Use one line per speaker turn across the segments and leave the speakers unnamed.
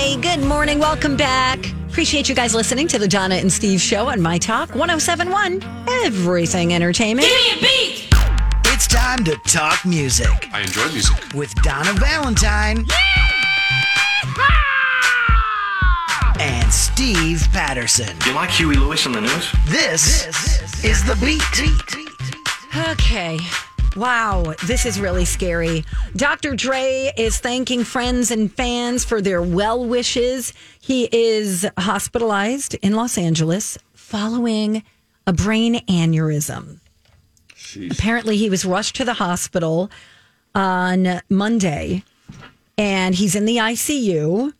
Hey, good morning. Welcome back. Appreciate you guys listening to the Donna and Steve show on My Talk 1071, Everything Entertainment.
It's time to talk music
I enjoy music.
with Donna Valentine and Steve Patterson.
You like Huey Lewis on the news?
This, is the beat.
Okay. Wow, this is really scary. Dr. Dre is thanking friends and fans for their well wishes. He is hospitalized in Los Angeles following a brain aneurysm. Apparently, he was rushed to the hospital on Monday and he's in the ICU.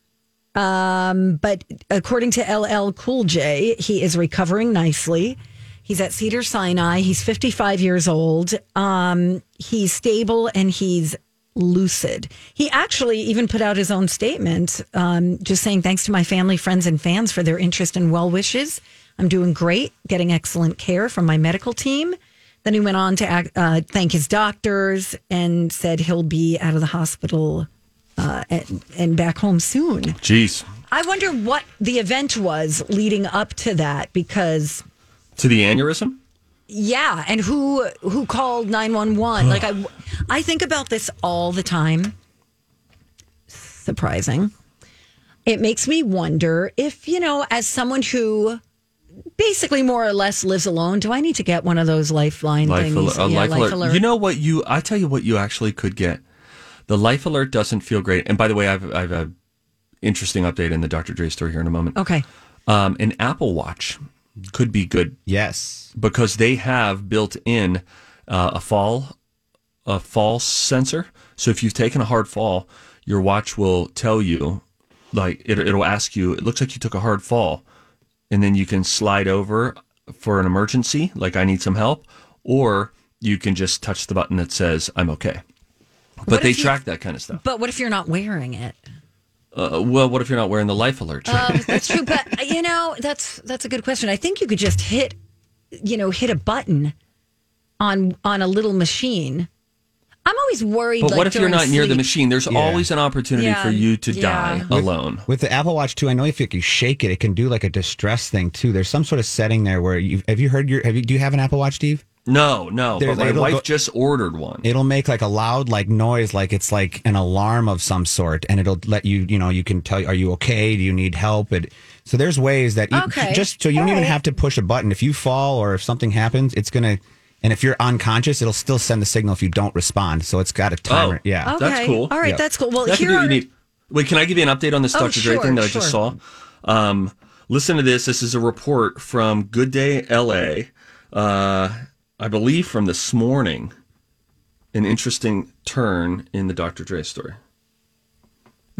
Um, but according to LL Cool J, he is recovering nicely. He's at Cedar Sinai. He's 55 years old. Um, he's stable and he's lucid. He actually even put out his own statement, um, just saying, Thanks to my family, friends, and fans for their interest and well wishes. I'm doing great, getting excellent care from my medical team. Then he went on to act, uh, thank his doctors and said he'll be out of the hospital uh, and, and back home soon.
Jeez.
I wonder what the event was leading up to that because
To the aneurysm?
yeah, and who who called 911? Like I I think about this all the time. Surprising. It makes me wonder if, you know, as someone who basically more or less lives alone, do I need to get one of those lifeline
Life,
things?
al- a
Yeah,
life alert. You know what you I tell you what you actually could get. The life alert doesn't feel great. And by the way, I've I've a interesting update in the Dr. Dre story here in a moment.
okay.
Um, an Apple Watch could be good
Yes.
because they have built in uh, a fall a fall sensor. So if you've taken a hard fall, your watch will tell you, like it, it'll ask you. It looks like you took a hard fall, and then you can slide over for an emergency, like I need some help, or you can just touch the button that says I'm okay. But
What
they
if you-
track that kind of stuff.
But what if you're not wearing it?
Uh, well, what if you're not wearing the life alert?
Um, that's true, but you know that's that's a good question. I think you could just hit, you know, hit a button on on a little machine. I'm always worried.
but
like,
what if you're
during
not near the
sleep-
machine? There's always an opportunity
Yeah,
for you to
yeah.
die alone.
With the Apple Watch too, I know if you can shake it, it can do like a distress thing too. There's some sort of setting there where you have you heard your have you do you have an Apple Watch, Steve?
No, no.
There's-
but my
it'll
wife
go-
just ordered one.
It'll make like a loud like noise, like it's like an alarm of some sort, and it'll let you you know you can tell are you okay? Do you need help? It so there's ways that you,
Okay.
just so you don't even have to push a button. If you fall or if something happens, it's gonna and if you're unconscious, it'll still send the signal if you don't respond. So it's got a timer. Yeah.
Okay.
That's cool.
All right,
Yeah.
that's cool. Well,
That's
here
what you
are-
need. Wait, can I give you an update on this
Oh,
Dr. Dre
sure,
thing that I just
sure.
saw? Um, listen to this. This is a report from Good Day LA, uh, I believe from this morning. An interesting turn in the Dr. Dre story.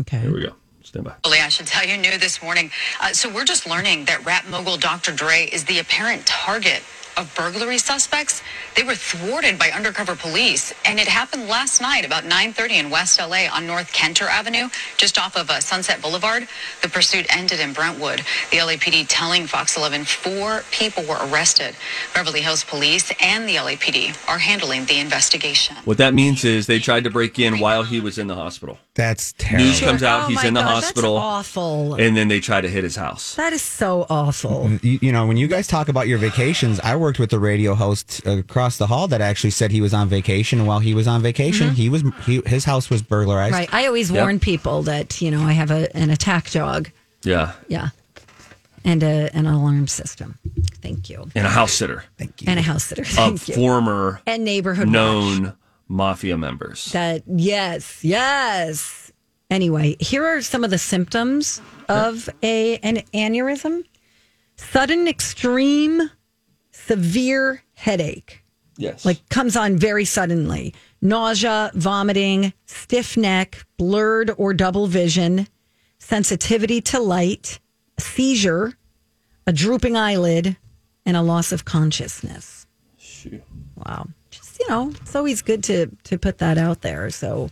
Okay.
Here we go. Stand by.
Actually, I should tell you new this morning. Uh, so we're just learning that rap mogul Dr. Dre is the apparent target of burglary suspects. They were thwarted by undercover police, and it happened last night about 9:30 in West LA on North Kenter Avenue, just off of uh, Sunset Boulevard. The pursuit ended in Brentwood. The LAPD telling Fox 11 four people were arrested. Beverly Hills Police and the LAPD are handling the investigation.
What that means is they tried to break in while he was in the hospital.
That's terrible.
News comes out,
Oh
he's
my
in the
God, that's
hospital,
awful.
and then they try to hit his house.
that is so awful.
Mm-hmm. You, you know, when you guys talk about your vacations, I worked with the radio host across the hall that actually said he was on vacation. And while he was on
Mm-hmm.
vacation, he was he, his house was burglarized.
Right. I always warn people that, you know, I have a, an attack dog.
Yeah.
Yeah. And a, an alarm system. Thank you.
And a house sitter.
Thank you.
And a house sitter.
Of
Thank you.
former
and neighborhood watch.
known mafia members.
That, yes, yes. Anyway, here are some of the symptoms of a an aneurysm. Sudden, extreme, severe headache.
yes.
like comes on very suddenly nausea vomiting stiff neck blurred or double vision sensitivity to light seizure a drooping eyelid and a loss of consciousness wow Um, just you know it's always good to to put that out there so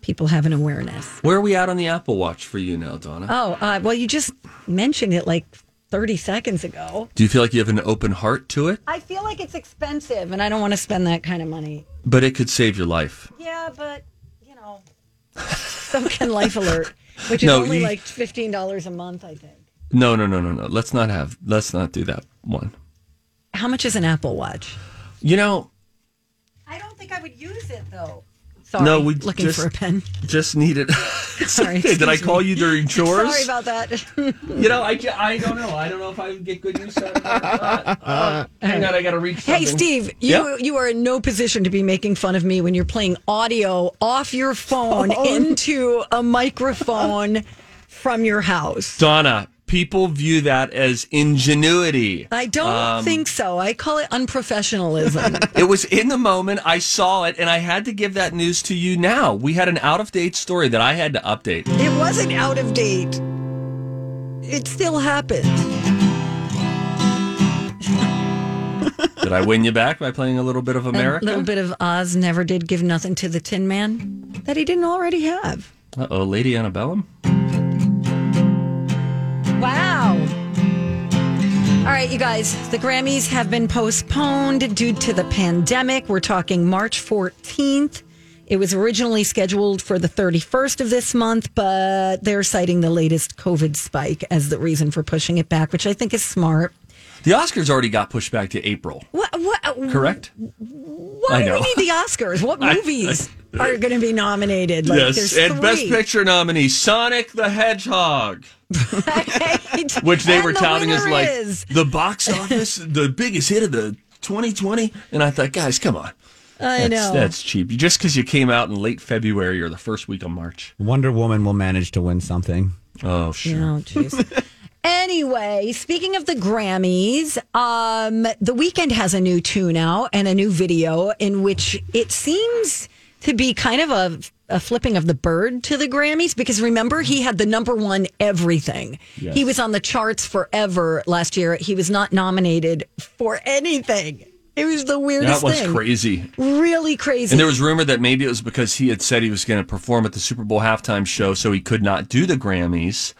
people have an awareness
Where are we at on the Apple Watch for you now, Donna?
oh uh, well you just mentioned it like 30 seconds ago
Do you feel like you have an open heart to it?
i feel like it's expensive and i don't want to spend that kind of money
But it could save your life.
Yeah, but you know, so can Life Alert, which is
No,
only
you-
like fifteen dollars a month, I think.
No, no, no, no, no. Let's not have. Let's not do that one.
How much is an Apple Watch?
You know,
I don't think I would use it though. Sorry,
No, we
looking
just-
for a pen.
just need it.
Sorry,
Did I
excuse
call
me.
you during chores?
Sorry about that.
you know, I, ca- I don't know. I don't know if I would get good use out of it. or not. Uh, hang on, I got to reach.
hey,
something.
Steve, you
Yeah?
you are in no position to be making fun of me when you're playing audio off your phone
Oh.
into a microphone from your house.
Donna, people view that as ingenuity.
I don't
Um,
think so. I call it unprofessionalism.
it was in the moment. I saw it, and I had to give that news to you. Now we had an out of date story that I had to update.
It wasn't out of date. It still happened.
Did I win you back by playing a little bit of
A
America?
little bit of Oz never did give nothing to the Tin Man that he didn't already have.
Uh oh, Lady Annabellum.
Wow. All right, you guys, the Grammys have been postponed due to the pandemic. We're talking March 14th. It was originally scheduled for the 31st of this month, but they're citing the latest COVID spike as the reason for pushing it back, which I think is smart.
The Oscars already got pushed back to April,
What, what,
correct?
Why
I
do we
know.
need the Oscars? What
I-
movies are going to be nominated? Like, there's
and
three.
Best Picture nominee Sonic the Hedgehog,
Right?
which they
And
were
the
touting as
winner
like
is-
the box office, the biggest hit of the 2020. And I thought, guys, come on.
I
That's,
know.
that's cheap. You- Just because you came out in late February or the first week of March.
Wonder Woman will manage to win something.
Oh, sure.
Oh, jeez. anyway, speaking of the Grammys, um, The Weekend has a new tune out and a new video in which it seems to be kind of a, a flipping of the bird to the Grammys because remember, he had the number one everything. He was on the charts forever last year. He was not nominated for anything. It was the weirdest
That was
thing.
crazy.
Really crazy.
And there was rumor that maybe it was because he had said he was going to perform at the Super Bowl halftime show, so he could not do the Grammys.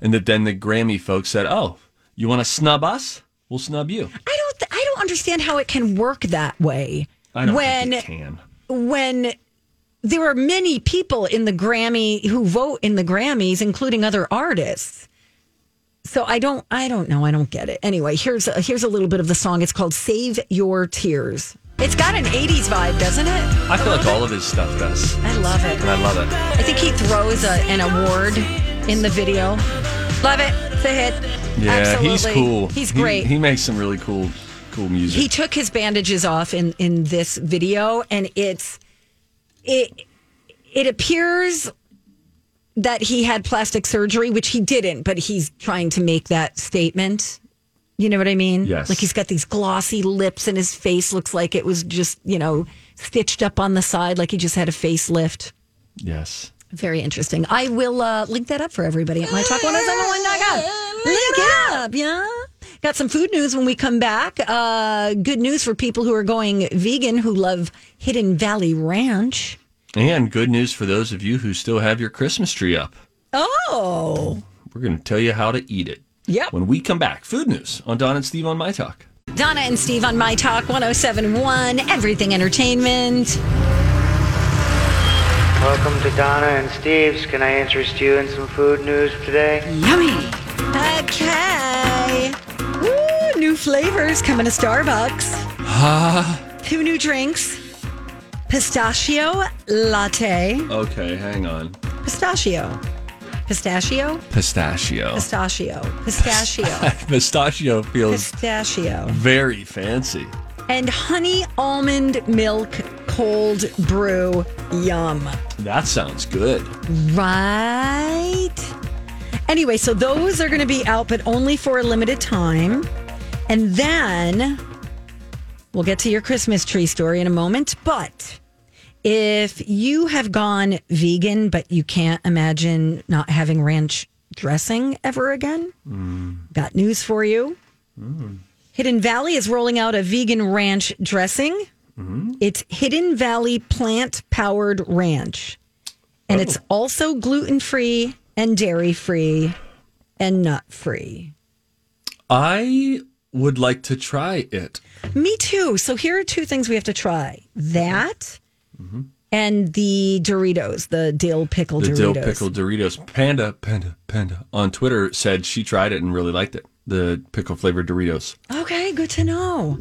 And that then the Grammy folks said, Oh, you want to snub us? We'll snub you.
I don't. th- I don't understand how it can work that way.
I don't
when
think it can.
when there are many people in the Grammy who vote in the Grammys, including other artists. So I don't. I don't know. I don't get it. Anyway, here's a, here's a little bit of the song. It's called "Save Your Tears." It's got an '80s vibe, doesn't it?
I feel like all of his stuff does.
I love it.
And I love it.
I think he throws a, an award in the video. Love it. It's a hit.
Yeah,
Absolutely.
he's cool.
He's
He-
great.
He, makes some really cool, cool music.
he took his bandages off in in this video and it's it it appears that he had plastic surgery which he didn't but he's trying to make that statement you know what i mean
Yes.
like he's got these glossy lips and his face looks like it was just you know stitched up on the side like he just had a facelift
yes.
very interesting. I will uh, link that up for everybody at mytalk1071.com. Link it up, yeah. Got some food news when we come back. Uh, good news for people who are going vegan who love Hidden Valley Ranch.
And good news for those of you who still have your Christmas tree up.
Oh,
We're going to tell you how to eat it.
Yep.
When we come back, food news on Don and Steve on My Talk.
Donna and Steve on My Talk 1071, Everything Entertainment.
Welcome to Donna and Steve's. Can I interest you in some food news today?
Okay. Woo, new flavors coming to Starbucks. Two new drinks pistachio latte.
Okay, hang on.
Pistachio. Pistachio?
Oh. Pistachio.
Pistachio. Pistachio.
Pistachio feels
Pistachio.
very fancy.
And honey almond milk cold brew. Yum.
That sounds good.
Right. Anyway, so those are going to be out, but only for a limited time. And then we'll get to your Christmas tree story in a moment. But if you have gone vegan, but you can't imagine not having ranch dressing ever again, got news for you. Hidden Valley is rolling out a vegan ranch dressing. It's Hidden Valley plant powered ranch and
Oh.
it's also gluten free and dairy free and nut free.
I would like to try it.
Me too. So here are two things we have to try: that and the Doritos, the dill pickle
Mm-hmm. The
Doritos.
dill pickle Doritos. Panda, panda, panda on Twitter said she tried it and really liked it. The pickle flavored Doritos.
Okay, good to know.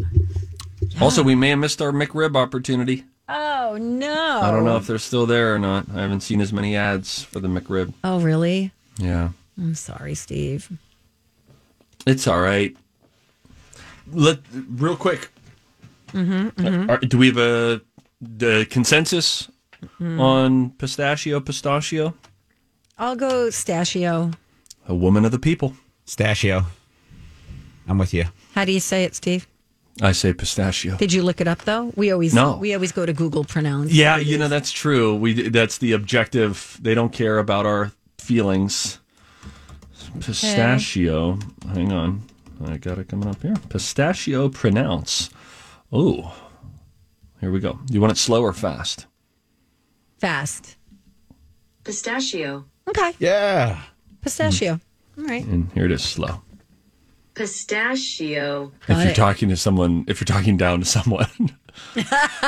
Also, we may have missed our McRib opportunity.
Oh no!
I don't know if they're still there or not. I haven't seen as many ads for the McRib.
Oh really?
Yeah.
I'm sorry, Steve.
It's all right. Let real quick. Are- do we have a the consensus on pistachio? Pistachio,
I'll go stachio.
a woman of the people.
Stachio. I'm with you.
How do you say it, Steve?
I say pistachio.
Did you look it up though? We always
No.
we always go to Google pronounce.
Yeah, you know that's true. We that's the objective. They don't care about our feelings. Pistachio. Hang on, I got it coming up here. Pistachio pronounce. Oh, here we go. You want it slow or fast?
Fast.
Pistachio.
Okay.
Yeah.
Pistachio. All right.
And here it is, slow.
Pistachio.
if you're
it.
talking to someone, if you're talking down to someone,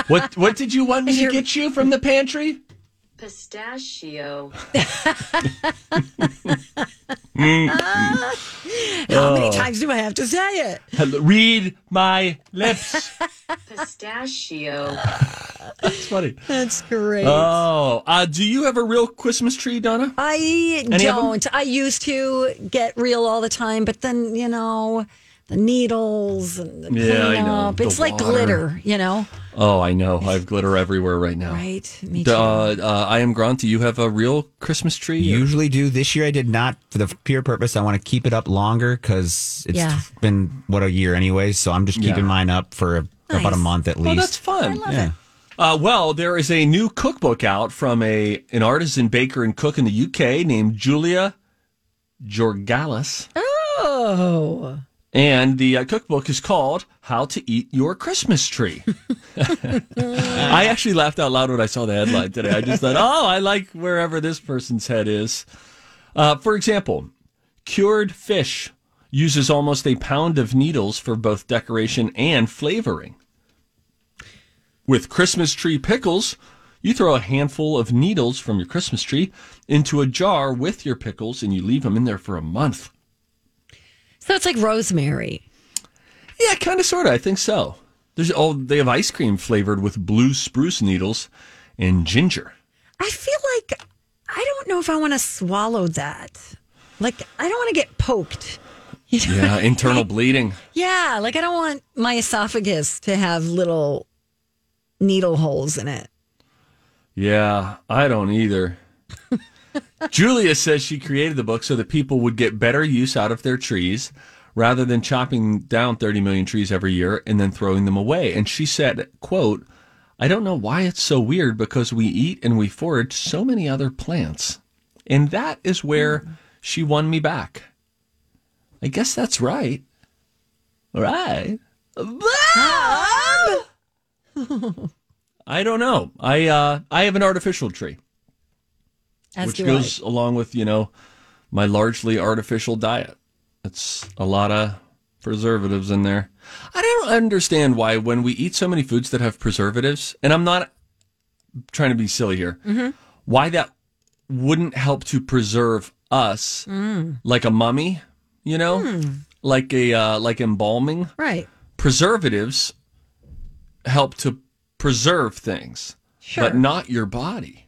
what what did you want me to
you're-
get you from the pantry?
Pistachio.
How
Uh.
many times do I have to say it?
Hello- Read my lips.
Pistachio.
That's funny.
That's great.
Oh, uh, do you have a real Christmas tree, Donna?
I
of 'em?
don't. I used to get real all the time, but then, you know, the needles and the
Yeah, I know.
cleanup.
The
It's like
water.
glitter, you know?
Oh, I know. I have glitter everywhere right now.
Right? Me too.
Uh, uh, I am Grant. Do you have a real Christmas tree?
Usually do. This year I did not for the pure purpose. I want to keep it up longer because it's
Yeah.
been, what, a year anyway. So I'm just keeping
Yeah.
mine up for a, about a month at
Oh,
least.
that's fun.
yeah.
Uh, well, there is a new cookbook out from a an artisan baker and cook in the UK named Julia Jorgalis.
oh.
And the uh, cookbook is called How to Eat Your Christmas Tree. I actually laughed out loud when I saw the headline today. I just thought, oh, I like wherever this person's head is. Uh, for example, cured fish uses almost a pound of needles for both decoration and flavoring. With Christmas tree pickles, you throw a handful of needles from your Christmas tree into a jar with your pickles and you leave them in there for a month.
So it's like rosemary.
Yeah, kind of, sort of. I think so. There's oh, they have ice cream flavored with blue spruce needles and ginger.
I feel like I don't know if I want to swallow that. Like, I don't want to get poked. You know?
Yeah, internal bleeding.
yeah. Like, I don't want my esophagus to have little needle holes in it.
Yeah, I don't either. Julia says she created the book so that people would get better use out of their trees rather than chopping down 30 million trees every year and then throwing them away. And she said, quote, I don't know why it's so weird because we eat and we forage so many other plants. And that is where she won me back. I guess that's right. Right. Bob! I don't know. I uh, I have an artificial tree
As
which
do I.
goes along with you know my largely artificial diet. It's a lot of preservatives in there. I don't understand why when we eat so many foods that have preservatives, and I'm not trying to be silly here,
Mm-hmm.
why that
Mm. Hmm.
wouldn't help to preserve us like a mummy, you know? like a uh, like embalming.
uh, Right.
Preservatives help to preserve things,
Sure.
but not your body.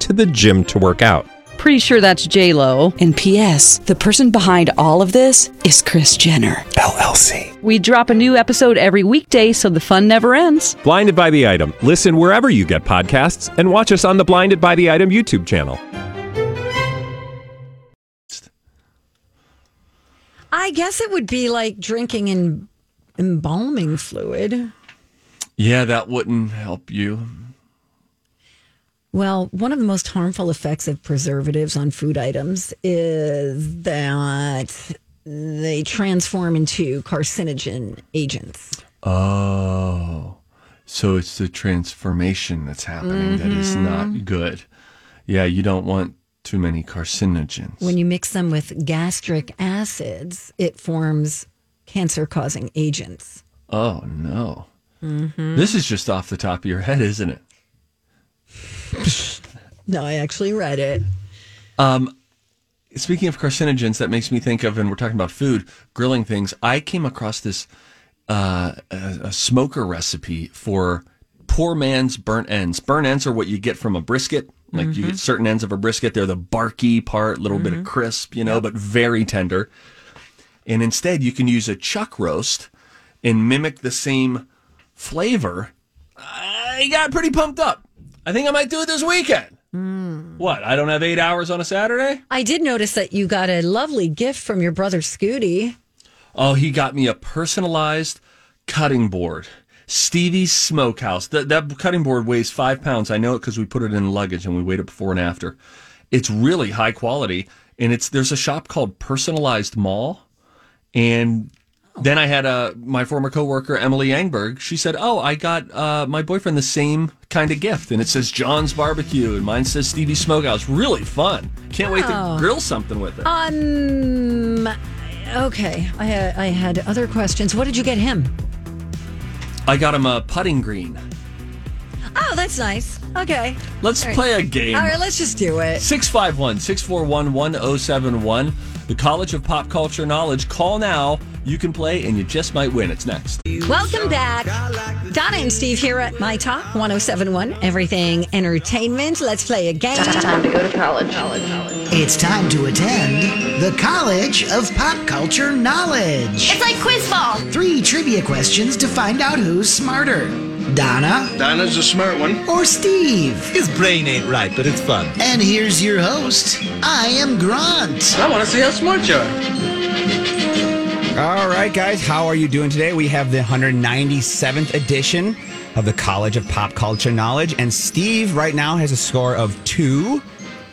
to the gym to work out.
Pretty sure that's J Lo. And P.S. The person behind all of this is Chris Jenner
LLC.
We drop a new episode every weekday, so the fun never ends.
Blinded by the item. Listen wherever you get podcasts, and watch us on the Blinded by the Item YouTube channel.
I guess it would be like drinking in embalming fluid.
Yeah, that wouldn't help you.
Well, one of the most harmful effects of preservatives on food items is that they transform into carcinogen agents.
Oh, so it's the transformation that's happening that is
Mm-hmm.
not good. Yeah, you don't want too many carcinogens.
When you mix them with gastric acids, it forms cancer causing agents.
oh no,
Mm-hmm.
this is just off the top of your head, isn't it?
No, I actually read it.
Speaking of carcinogens, that makes me think of, and we're talking about food, grilling things. I came across this uh, a, a smoker recipe for poor man's burnt ends. Burnt ends are what you get from a brisket. Like you get certain ends of a brisket, they're the barky part, little bit of crisp, you know, but very tender. And instead, you can use a chuck roast and mimic the same flavor. I got pretty pumped up. I think I might do it this weekend. What? I don't have eight hours on a Saturday?
I did notice that you got a lovely gift from your brother Scooty.
Oh, he got me a personalized cutting board. Stevie's Smokehouse. That, that cutting board weighs five pounds. I know it because we put it in luggage and we weighed it before and after. It's really high quality, and it's there's a shop called Personalized Mall, and then I had a my former coworker Emily Yangberg. She said, "Oh, I got uh, my boyfriend the same kind of gift, and it says John's Barbecue, and mine says Stevie's Smokehouse. Really fun. Can't wait to grill something with it."
Um, okay. I, ha- I had other questions. What did you get him?
I got him a putting green.
Oh, that's nice. Okay.
Let's
All right.
play a game.
All right, let's just do it.
651 641 1071. The College of Pop Culture Knowledge. Call now. You can play and you just might win. It's next.
Welcome back. Donna and Steve here at My Talk 1071, Everything Entertainment. Let's play a game.
It's time to attend the College of Pop Culture Knowledge. It's like quiz ball. Three trivia questions to find out who's smarter. Donna. Donna's a smart one. Or Steve. His brain ain't right, but it's fun. And here's your host. I am Grant.
I want to see how smart you are.
All right, guys, how are you doing today? We have the 197th edition of the College of Pop Culture Knowledge, and Steve right now has a score of two,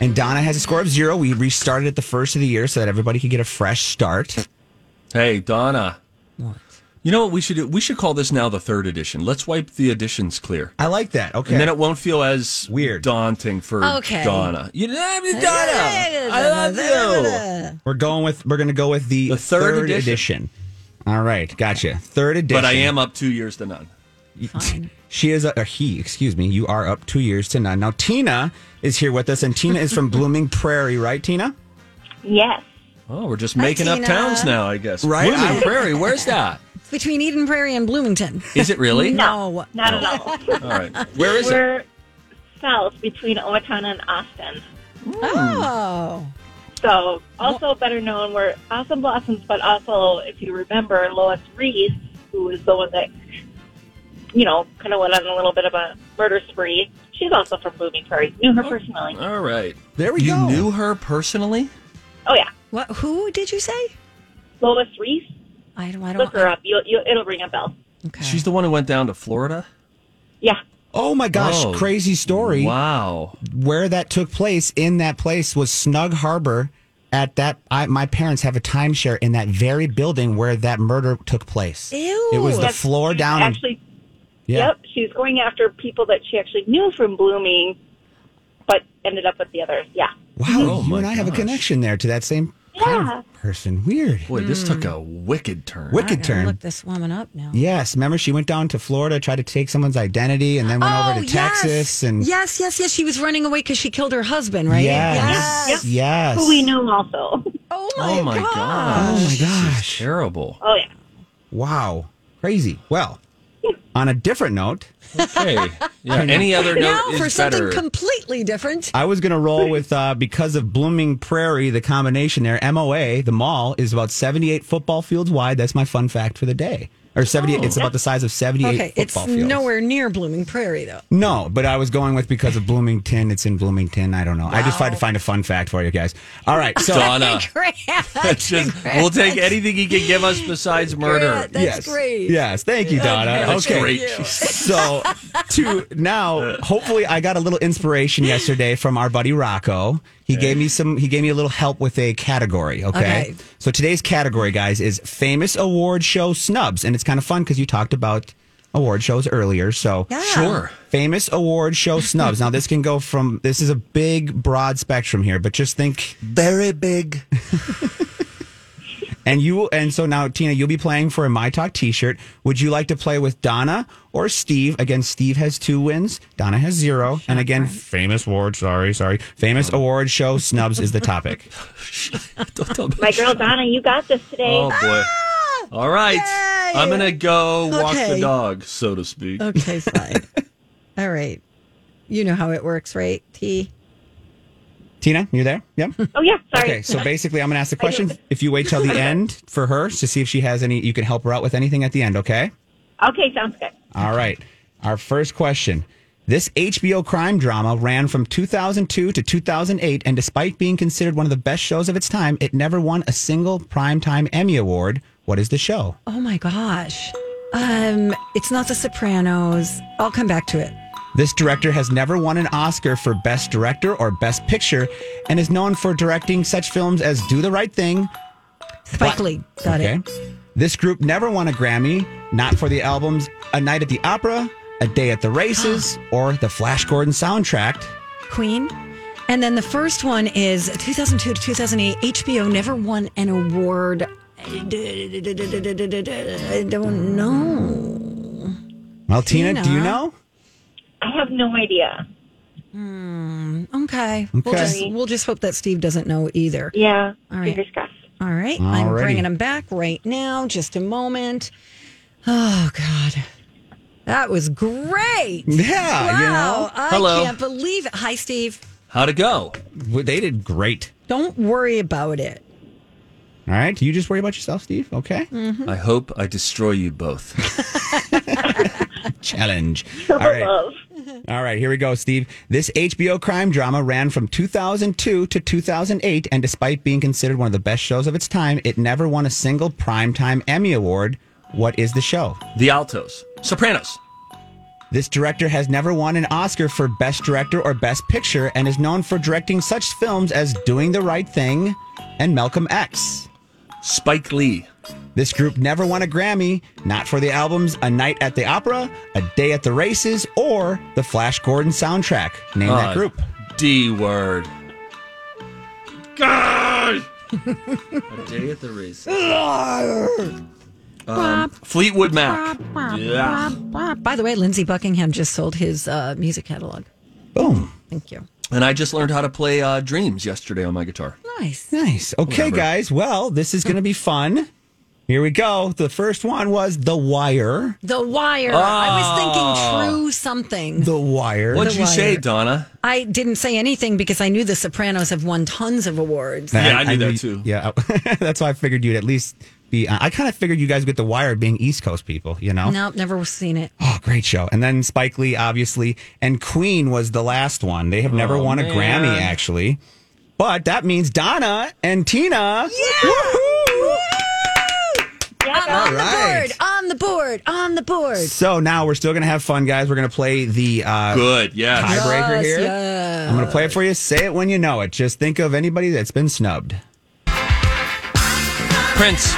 and Donna has a score of zero. We restarted at the first of the year so that everybody could get a fresh start.
Hey, Donna. You know what we should do? We should call this now the third edition. Let's wipe the editions clear.
I like that. Okay.
And then it won't feel as
Weird.
daunting for
Okay.
Donna. You know, I mean, Donna, I love you.
we're going with we're going to go with the,
The third edition.
edition. All right, gotcha. Third edition.
But I am up two years to none.
She is, a, or he, excuse me, you are up two years to none. Now, Tina is here with us, and Tina is from Blooming Prairie, right, Tina?
Yes.
Oh, we're just making up
Tina.
towns now, I guess.
Right?
Blooming Prairie, where's that?
It's between Eden Prairie and Bloomington.
Is it really?
No.
Not at all.
All right. Where is it?
We're south between Owatonna and Austin.
Oh.
So, also better known were Awesome Blossoms, but also, if you remember, Lois Reed, who was the one that, you know, kind of went on a little bit of a murder spree. She's also from Blooming Prairie. Knew her personally.
All right.
There we
You
go.
knew her personally?
Oh yeah.
What? Who did you say?
Lois Reese.
I don't. I don't.
Look her up. You'll, you'll, it'll ring a bell.
She's the one who went down to Florida.
Yeah.
Oh my gosh,
Whoa.
crazy story.
Wow.
Where that took place in that place was Snug Harbor at that I, my parents have a timeshare in that very building where that murder took place.
Ew.
It was the
That's-
floor down. and-
Actually,
yeah.
yep. She's going after people that she actually knew from Blooming, but ended up with the others. Yeah.
Wow,
Oh
you
my
and I have a
gosh.
connection there to that same
Yeah.
person. Weird.
Boy, this took a wicked turn.
I
Wicked
gotta
turn.
Look this woman up now.
Yes, remember she went down to Florida, tried to take someone's identity, and then went over to Texas.
Oh, yes.
And
yes, yes, yes. She was running away because she killed her husband, right?
yes,
Yes.
yes, yes.
Who we knew also.
Oh my,
Oh my gosh.
god.
Oh my
This is
gosh.
terrible.
Oh yeah.
Wow, crazy. Well, on a different note,
Okay. Yeah. Any other note
Now
is
for something
better.
completely different.
I was gonna roll with uh, because of Blooming Prairie, the combination there. MOA, the mall, is about seventy-eight football fields wide. That's my fun fact for the day. Or seventy-eight. it's
Oh.
about the size of seventy-eight
Okay, it's
football fields.
nowhere near Blooming Prairie though.
No, but I was going with because of Bloomington. It's in Bloomington. I don't know. I just
Wow.
tried to find a fun fact for you guys. All right, so
Donna.
Great.
Oh, That's just, we'll take anything he can give us besides murder.
That's
yes,
great.
yes, thank you, Donna.
That's
okay,
great.
so to now hopefully i got a little inspiration yesterday from our buddy rocco he gave me some he gave me a little help with a category okay,
Okay.
so today's category guys is famous award show snubs and it's kind of fun because you talked about award shows earlier so
Yeah.
Sure.
famous award show snubs now this can go from this is a big broad spectrum here but just think
Very big.
and you and so now tina you'll be playing for a my talk t-shirt would you like to play with donna or steve again steve has two wins donna has zero and again famous award sorry sorry famous award show snubs is the topic
Don't tell me.
My girl Donna, you got this today.
Oh,
Ah!
boy. All right.
Yay.
I'm going to go walk
Okay.
the dog, so to speak.
Okay, fine. All right. You know how it works, right? T.
tina you're there yep
Oh yeah. Sorry.
okay so basically i'm gonna ask the question if you wait till the end for her to see if she has any you can help her out with anything at the end okay
Okay, sounds good.
All right. Our first question. This HBO crime drama ran from 2002 to 2008, and despite being considered one of the best shows of its time, it never won a single Primetime Emmy Award. What is the show?
Oh my gosh. Um, it's not The Sopranos. I'll come back to it.
This director has never won an Oscar for Best Director or Best Picture, and is known for directing such films as Do the Right Thing.
Spike Lee. Got it.
This group never won a Grammy, not for the albums A Night at the Opera, A Day at the Races, or the Flash Gordon soundtrack.
Queen. And then the first one is 2002 to 2008. HBO never won an award. I don't know.
Well, Tina, do you
Tina.
know?
I have no idea.
Okay. We'll
Okay.
just we'll just hope that Steve doesn't know either.
Yeah.
All right.
Fingers crossed.
All right. I'm
Alrighty.
bringing him back right now. Just a moment. Oh God. That was great.
Yeah,
Wow.
you know.
I
Hello.
can't believe it. Hi, Steve.
How'd it go?
Well, They did great.
Don't worry about it.
All right. You just worry about yourself, Steve. Okay.
I hope I destroy you both.
Challenge. All right.
Love.
All right. Here we go, Steve. This HBO crime drama ran from 2002 to 2008, and despite being considered one of the best shows of its time, it never won a single Primetime Emmy Award. What is the show?
The Altos. Sopranos.
This director has never won an Oscar for Best Director or Best Picture and is known for directing such films as Doing the Right Thing and Malcolm X.
Spike Lee.
This group never won a Grammy, not for the albums A Night at the Opera, A Day at the Races, or the Flash Gordon soundtrack. Name
Uh,
that group.
D word. God! A day at the race. Fleetwood Mac. Yeah.
By the way, Lindsey Buckingham just sold his uh, music catalog.
Boom.
Thank you.
And I just learned how to play uh, Dreams yesterday on my guitar.
Nice.
Nice. Okay,
Whatever.
guys. Well, this is going to be fun. Here we go. The first one was The Wire.
The Wire. I was thinking true something.
Ah. The Wire.
What did you say,
Wire.
Donna?
I didn't say anything because I knew The Sopranos have won tons of awards.
Yeah, I knew that too.
Yeah, that's why I figured you'd at least be. I kind of figured you guys would get The Wire being East Coast people, you know?
Nope, never seen it.
Oh, great show. And then Spike
Oh,
Lee, obviously. And Queen was the last one. They have never won a Grammy, actually. But that means Donna and Tina. Yeah.
I'm on
Alright.
the board. On the board. On the board.
So now we're still going to have fun, guys. We're going to play the uh,
Good, yes.
tiebreaker
Yes,
here.
yes.
I'm going to play it for you. Say it when you know it. Just think of anybody that's been snubbed.
Prince.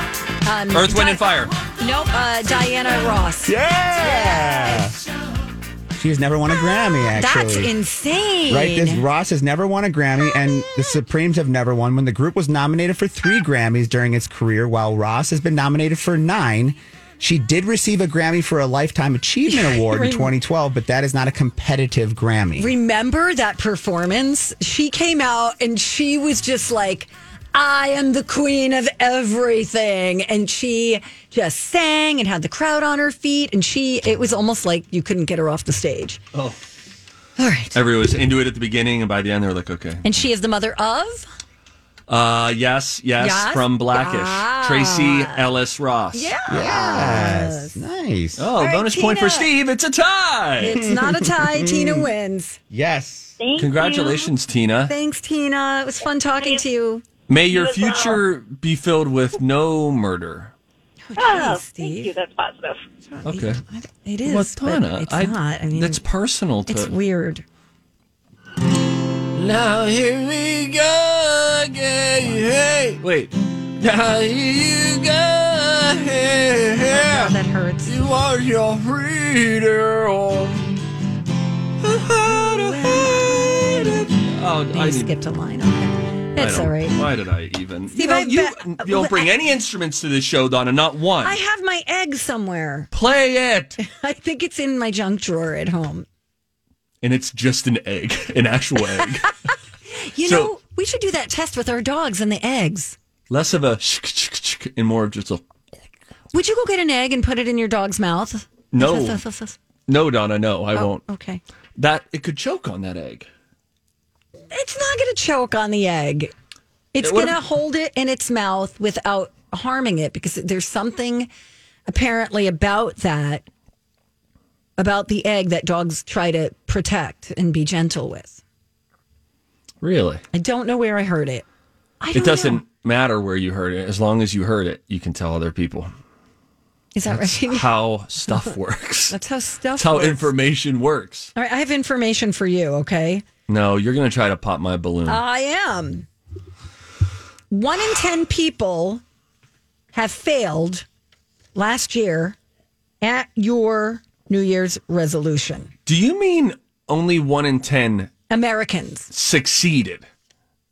Um,
Earth, Wind, and Fire.
Nope. Uh, Diana Ross.
Yeah. She has never won a Grammy, actually.
That's insane.
Right, this Ross has never won a Grammy, and the Supremes have never won. When the group was nominated for three Grammys during its career, while Ross has been nominated for nine, she did receive a Grammy for a Lifetime Achievement Award in
Right.
2012, but that is not a competitive Grammy.
Remember that performance? She came out and she was just like, I am the queen of everything. And she just sang and had the crowd on her feet. And she, it was almost like you couldn't get her off the stage.
Oh.
All right.
Everyone was into it at the beginning, and by the end, they were like, okay.
And she is the mother of?
Uh, yes, yes, Ah.
Yes?
from Blackish.
Yeah.
Tracy Ellis Ross.
Yeah.
Yes. Nice.
Oh, bonus point for Steve. It's a tie.
It's not a tie. Tina wins.
Yes.
Thank
Congratulations, Tina.
Thanks, Tina. It was fun talking to you.
May your future be filled with no murder.
Oh, thank you. That's positive.
Okay.
It is.
Well,
but
Donna,
it's
I-
not. I mean,
that's personal to.
it's weird.
Now here we go again. Hey, wait. Now here you go. Hey, hey.
That hurts.
You are your freedom. Oh,
You skipped a line. Okay. That's all right.
Why did I even?
Steve,
you, know,
I
you,
bet-
you don't bring any instruments to this show, Donna. Not one.
I have my egg somewhere.
Play it,
I think it's in my junk drawer at home.
and it's just an egg, an actual egg.
You
So-
know, we should do that test with our dogs and the eggs.
Less of a shk, shk, shk, and more of just a
Would you go get an egg and put it in your dog's mouth?
no, no, Donna, no,
Oh.
I won't.
Okay.
That it could choke on that egg.
It's not going to choke on the egg. It's
What
going to
if-
hold it in its mouth without harming it because there's something apparently about that, about the egg that dogs try to protect and be gentle with.
Really,
I don't know where I heard it. I don't
it doesn't
Know.
matter where you heard it. As long as you heard it, you can tell other people
Is that right?
how stuff works.
That's how stuff.
That's how
works.
information works.
All right, I have information for you. Okay.
No, you're gonna try to pop my balloon.
I am. One in 10 people have failed last year at your New Year's resolution.
Do you mean only one in ten
Americans.
succeeded?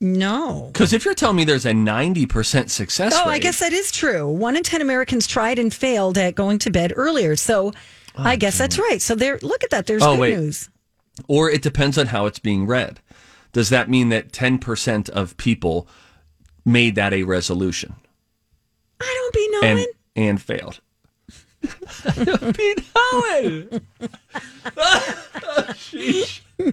No.
Because if you're telling me there's a ninety percent success
oh,
rate,
I guess that is true. One in 10 Americans tried and failed at going to bed earlier. So I guess that's right. So there, look at that. There's
Oh,
good
wait.
news.
or it depends on how it's being read. Does that mean that ten percent of people made that a resolution
I don't be knowing.
and and failed? I don't be knowing. Sheesh.
okay.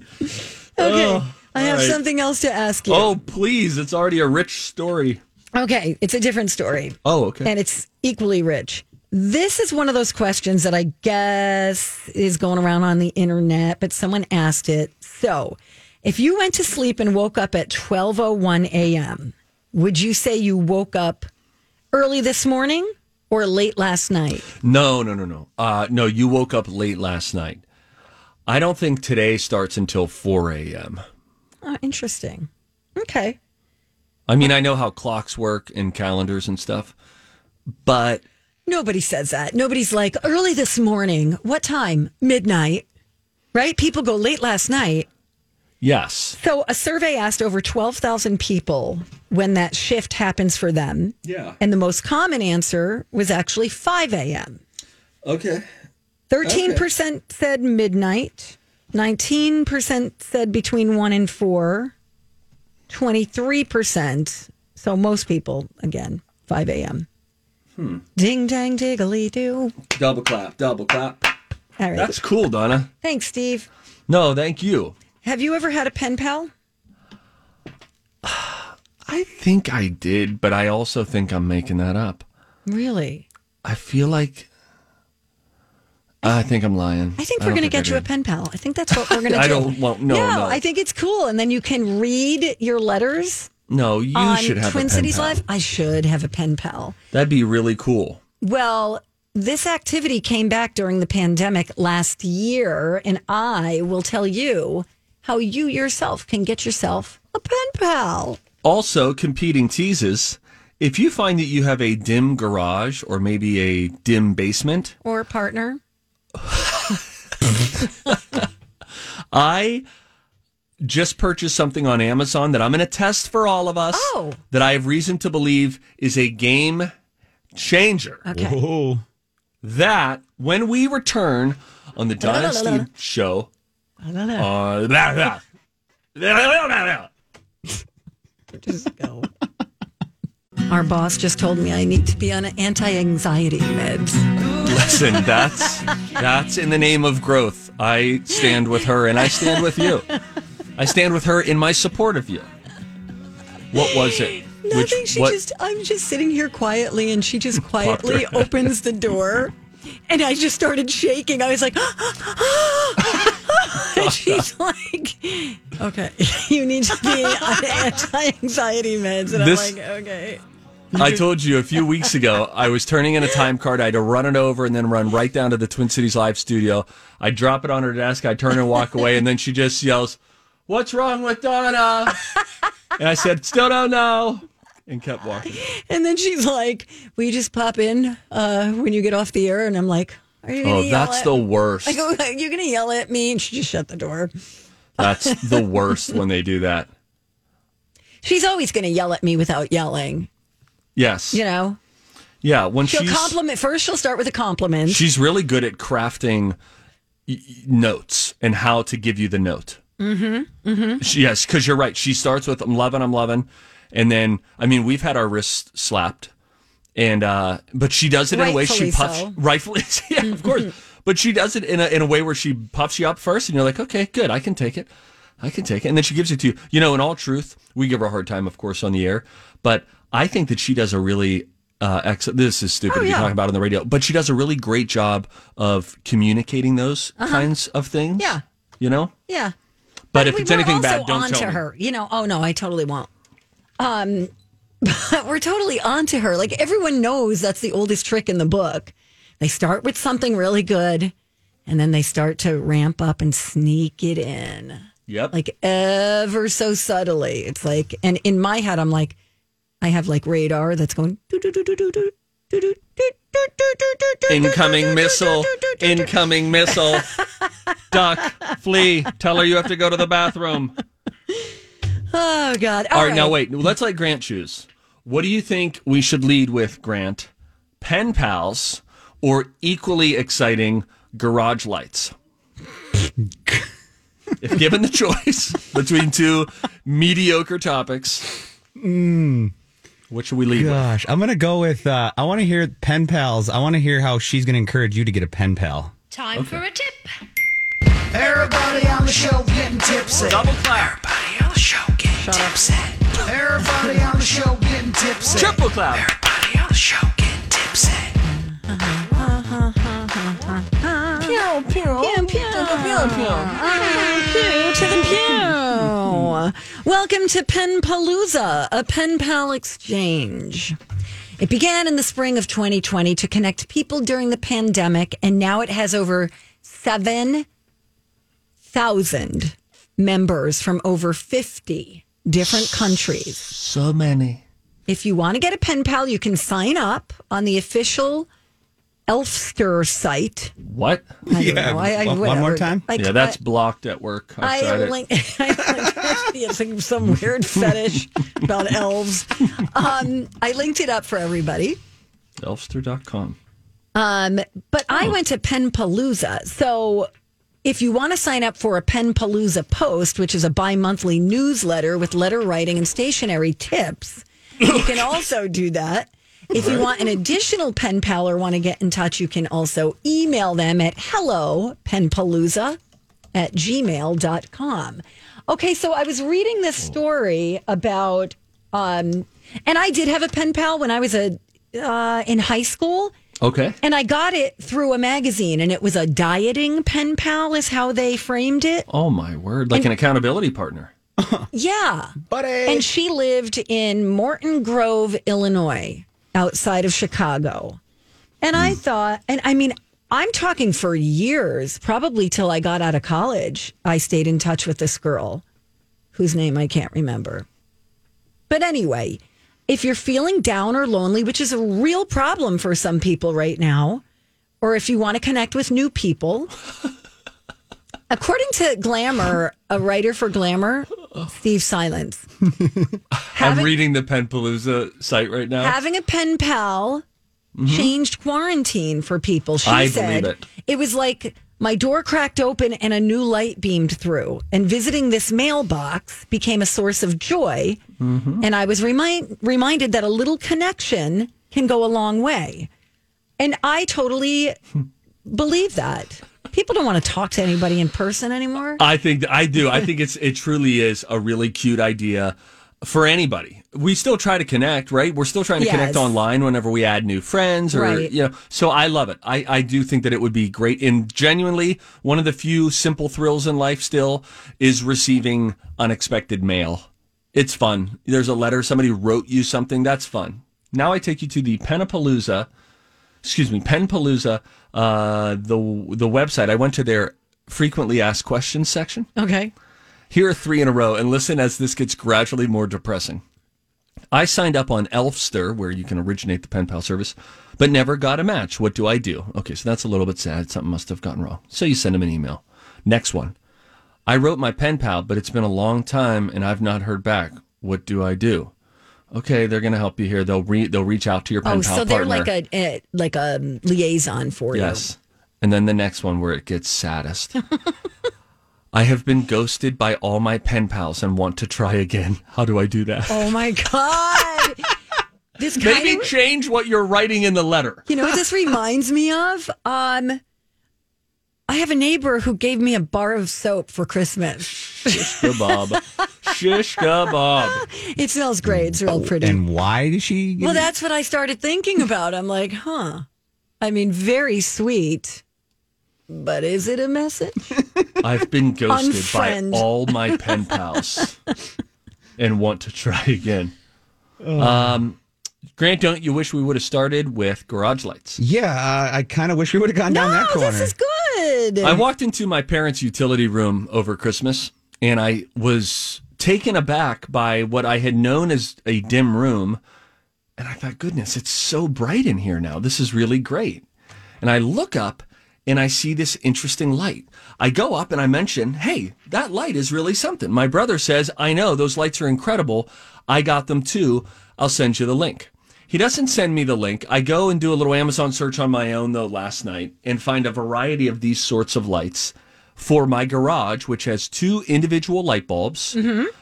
I have
Oh, all right.
something else to ask you.
Oh, please! It's already a rich story.
Okay. It's a different story.
Oh, okay.
and it's equally rich. This is one of those questions that I guess is going around on the internet, but someone asked it. So, if you went to sleep and woke up at 12:01 a.m., would you say you woke up early this morning or late last night?
No, no, no, no. Uh, no, you woke up late last night. I don't think today starts until four a.m.
Oh, interesting. Okay.
I mean, I know how clocks work and calendars and stuff, but
Nobody says that. Nobody's like early this morning. What time? Midnight. Right? People go late last night.
yes.
So, a survey asked over 12,000 people when that shift happens for them.
Yeah.
And the most common answer was actually 5 a.m.
Okay.
13% said midnight, 19% said between 1 and 4, 23%. So, most people, again, 5 a.m. Ding, dang, diggly doo.
Double clap, double clap.
All right.
That's cool, Donna.
Thanks, Steve.
No, thank you.
Have you ever had a pen pal?
I think I did, but I also think I'm making that up.
Really?
I feel like I think I'm lying.
I think
I
we're
don't
going
think
to
I
get you a
did.
pen pal. I think that's what we're going to do.
I don't want- no,
Yeah,
no.
I think it's cool, and then you can read your letters
No, you
on
should have
Twin
a pen
Cities
pal.
Live. I should have a pen pal.
That'd be really cool.
Well, this activity came back during the pandemic last year, and I will tell you how you yourself can get yourself a pen pal.
Also, competing teases. If you find that you have a dim garage or maybe a dim basement,
or partner.
I just purchased something on Amazon that I'm going to test for all of us
Oh.
that I have reason to believe is a game changer.
Okay.
That when we return on the Don and Steve show, uh, blah, blah. uh,
Our boss just told me I need to be on anti-anxiety meds.
listen, that's that's in the name of growth. I stand with her and I stand with you. I stand with her in my support of you. What was it?
Nothing. she just I'm just sitting here quietly, and she just quietly
Popped her.
opens the door, and I just started shaking. I was like, and she's like, "Okay, you need to be on anti-anxiety meds," and
This-
I'm like, "Okay."
I told you a few weeks ago, I was turning in a time card. I had to run it over and then run right down to the Twin Cities Live studio. I drop it on her desk. I turn and walk away. And then she just yells, What's wrong with Donna? And I said, Still don't know. And kept walking.
And then she's like, "Will you just pop in uh, when you get off the air?" And I'm like, "Are you?" Gonna
Oh,
yell
that's
at-
the worst.
I go, "Are you gonna yell at me?" And she just shut the door.
That's the worst when they do that.
She's always gonna yell at me without yelling.
Yes.
You know,
Yeah. When
she'll
she's,
compliment first. She'll start with a compliment.
she's really good at crafting y- y- notes and how to give you the note.
mm-hmm. Mm-hmm.
She, yes, because you're right. She starts with "I'm loving, I'm loving," and then I mean we've had our wrists slapped, and uh but she does it in a way she
Rightfully
puffs
so.
rightfully, yeah, of course. But she does it in a in a way where she puffs you up first, and you're like, okay, good, I can take it, I can take it, and then she gives it to you. You know, in all truth, we give her a hard time, of course, on the air, but I think that she does a really uh, ex- this is stupid
Oh,
to be
yeah.
talking about on the radio, but she does a really great job of communicating those
Uh-huh.
kinds of things.
Yeah.
you know.
Yeah.
But, if it's
we're
anything
also
bad, don't
on
tell
to
me.
her. You know, oh no, I totally won't. Um, but we're totally on to her. Like everyone knows that's the oldest trick in the book. They start with something really good, and then they start to ramp up and sneak it in.
Yep.
Like ever so subtly. It's like, and in my head, I'm like, I have like radar that's going. doo, doo, doo, doo, doo, doo, doo, doo, doo, doo, doo, doo, doo, doo,
Incoming missile. Incoming missile. Duck, flee. Tell her you have to go to the bathroom.
Oh God!
All right, now wait. Let's let Grant choose. What do you think we should lead with, Grant? Pen pals or equally exciting garage lights? if given the choice between two mediocre topics,
Mm.
What should we leave with?
Gosh, I'm gonna go with. Uh, I want to hear pen pals. I want to hear how she's gonna encourage you to get a pen pal.
Time for a tip. Everybody on the show getting tipsy. Double clap. Everybody on the show getting tipsy. Everybody on the show getting tipsy.
Triple clap.
Everybody on the show getting tipsy.
Pew, pew, pew, pew, pew to the pew. Welcome to Pen Palooza, a pen pal exchange. It began in the spring of 2020 to connect people during the pandemic, and now it has over 7,000 members from over 50 different countries.
So many.
If you want to get a pen pal, you can sign up on the official Elfster site.
What?
I don't know. I- I- whatever. Like,
yeah, that's
I-
blocked at work. I've
I
tried it.
link, I linked it's like some weird fetish about elves. Um, I linked it up for everybody.
Elfster.com.
Um, but I went to Penpalooza. So if you want to sign up for a Penpalooza post, which is a bi monthly newsletter with letter writing and stationery tips, you can also do that. If you want an additional pen pal or want to get in touch, you can also email them at hello penpalooza at gmail.com. Okay, so I was reading this story about, um, and I did have a pen pal when I was a uh, in high school.
Okay.
And I got it through a magazine, and it was a dieting pen pal, is how they framed it.
Oh my word! Like an
And-
accountability partner.
Yeah. Buddy. And she lived in Morton Grove, Illinois, outside of Chicago. And I thought, and I mean, I'm talking for years, probably till I got out of college, I stayed in touch with this girl whose name I can't remember. But anyway, if you're feeling down or lonely, which is a real problem for some people right now, or if you want to connect with new people, according to Glamour, a writer for Glamour, Steve Silence,
I'm reading the Penpalooza site right now.
having a pen pal changed quarantine for people. She
Mm-hmm. I
said
believe it.
was like my door cracked open and a new light beamed through, and visiting this mailbox became a source of joy.
Mm-hmm.
And I was remind, reminded that a little connection can go a long way. And I totally believe that. People don't want to talk to anybody in person anymore.
I think I do. I think it's it truly is a really cute idea for anybody. We still try to connect, right? We're still trying to
Yes.
connect online whenever we add new friends or
Right.
you know. So I love it. I I do think that it would be great and genuinely one of the few simple thrills in life still is receiving unexpected mail. It's fun. There's a letter somebody wrote you something. That's fun. Now I take you to the Penapalooza excuse me, Penpalooza, uh, the the website. I went to their frequently asked questions section.
Okay.
Here are three in a row, and listen as this gets gradually more depressing. I signed up on Elfster, where you can originate the pen pal service, but never got a match. What do I do? Okay, so that's a little bit sad. Something must have gotten wrong. So you send them an email. Next one. I wrote my pen pal, but it's been a long time and I've not heard back. What do I do? Okay, they're going to help you here. They'll re- they'll reach out to your pen
Oh,
pal
so they're
partner.
like a, a like a liaison for you.
Yes. And then the next one where it gets saddest. I have been ghosted by all my pen pals and want to try again. How do I do that?
Oh my god! this kind
Maybe
of,
change what you're writing in the letter.
you know what this reminds me of? Um, I have a neighbor who gave me a bar of soap for Christmas.
Shish kebab. Shish kebab.
It smells great. It's real pretty.
Oh, And why did she? give
well,
you-
that's what I started thinking about. I'm like, huh? I mean, very sweet, but is it a message?
I've been ghosted
Unfriend.
by all my pen pals and want to try again. Um, Grant, don't you wish we would have started with garage lights?
yeah, uh, I kind of wish we would have gone down that
Oh,
corner.
this is good.
I walked into my parents' utility room over Christmas and I was taken aback by what I had known as a dim room. And I thought, goodness, it's so bright in here now. This is really great. And I look up and I see this interesting light. I go up and I mention, hey, that light is really something. My brother says, I know those lights are incredible. I got them too. I'll send you the link. He doesn't send me the link. I go and do a little Amazon search on my own though last night and find a variety of these sorts of lights for my garage, which has two individual light bulbs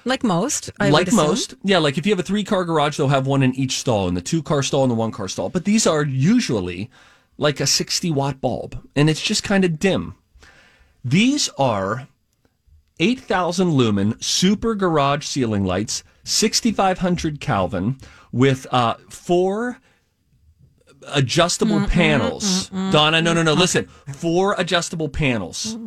like most. I would
like
assume.
most, yeah. Like if you have a three car garage, they'll have one in each stall, in the two car stall and the one car stall. But these are usually like a 60 watt bulb, and it's just kind of dim. These are 8,000 lumen super garage ceiling lights, 6,500 Kelvin, with uh, four
Mm-hmm,
adjustable panels. Donna, no, no, no. Listen, four adjustable panels.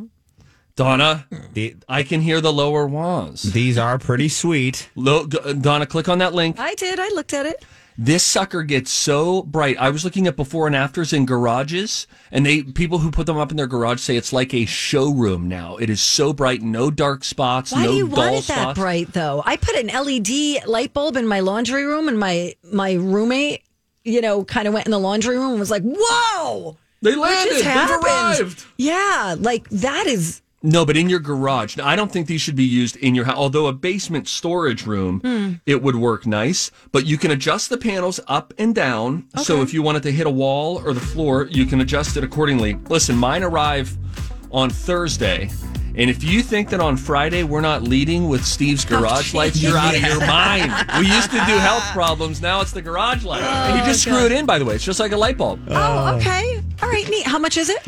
Donna,
The-
I can hear the lower wands.
These are pretty sweet.
Lo- G- Donna, click on that link.
I did. I looked at it.
This sucker gets so bright. I was looking at before and afters in garages, and they people who put them up in their garage say it's like a showroom now. It is so bright, no dark spots,
Why
no
do you
dull
want it that
spots.
bright though? I put an LED light bulb in my laundry room, and my my roommate, you know, kind of went in the laundry room and was like, "Whoa,
They
what
landed. They've
just happened?"
arrived.
Yeah, like that is
No, but in your garage. Now, I don't think these should be used in your house. Although a basement storage room, it would work nice. But you can adjust the panels up and down. So if you want it to hit a wall or the floor, you can adjust it accordingly. Listen, mine arrive on Thursday. And if you think that on Friday we're not leading with Steve's garage lights, you're out of your mind. We used to do health problems. Now it's the garage light. and you just screw it in, by the way. It's just like a light bulb.
oh okay, all right, neat. How much is it?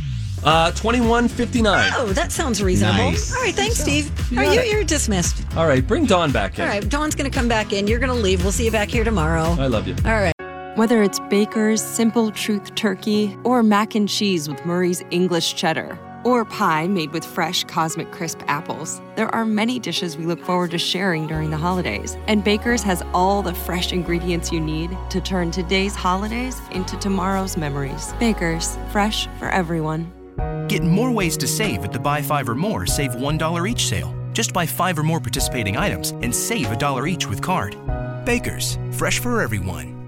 Uh, twenty-one fifty-nine.
Oh, that sounds reasonable.
Nice.
All right, thanks, Steve. Are
got
you
it.
you're dismissed?
All right, bring Dawn back in.
All right, Dawn's going to come back in. You're going to leave. We'll see you back here tomorrow.
I love you.
All right.
Whether it's Baker's Simple Truth Turkey or mac and cheese with Murray's English Cheddar or pie made with fresh Cosmic Crisp apples, there are many dishes we look forward to sharing during the holidays. And Baker's has all the fresh ingredients you need to turn today's holidays into tomorrow's memories. Baker's, fresh for everyone.
Get more ways to save at the buy five or more, save $1 each sale. Just buy five or more participating items and save a dollar each with card. Baker's, fresh for everyone.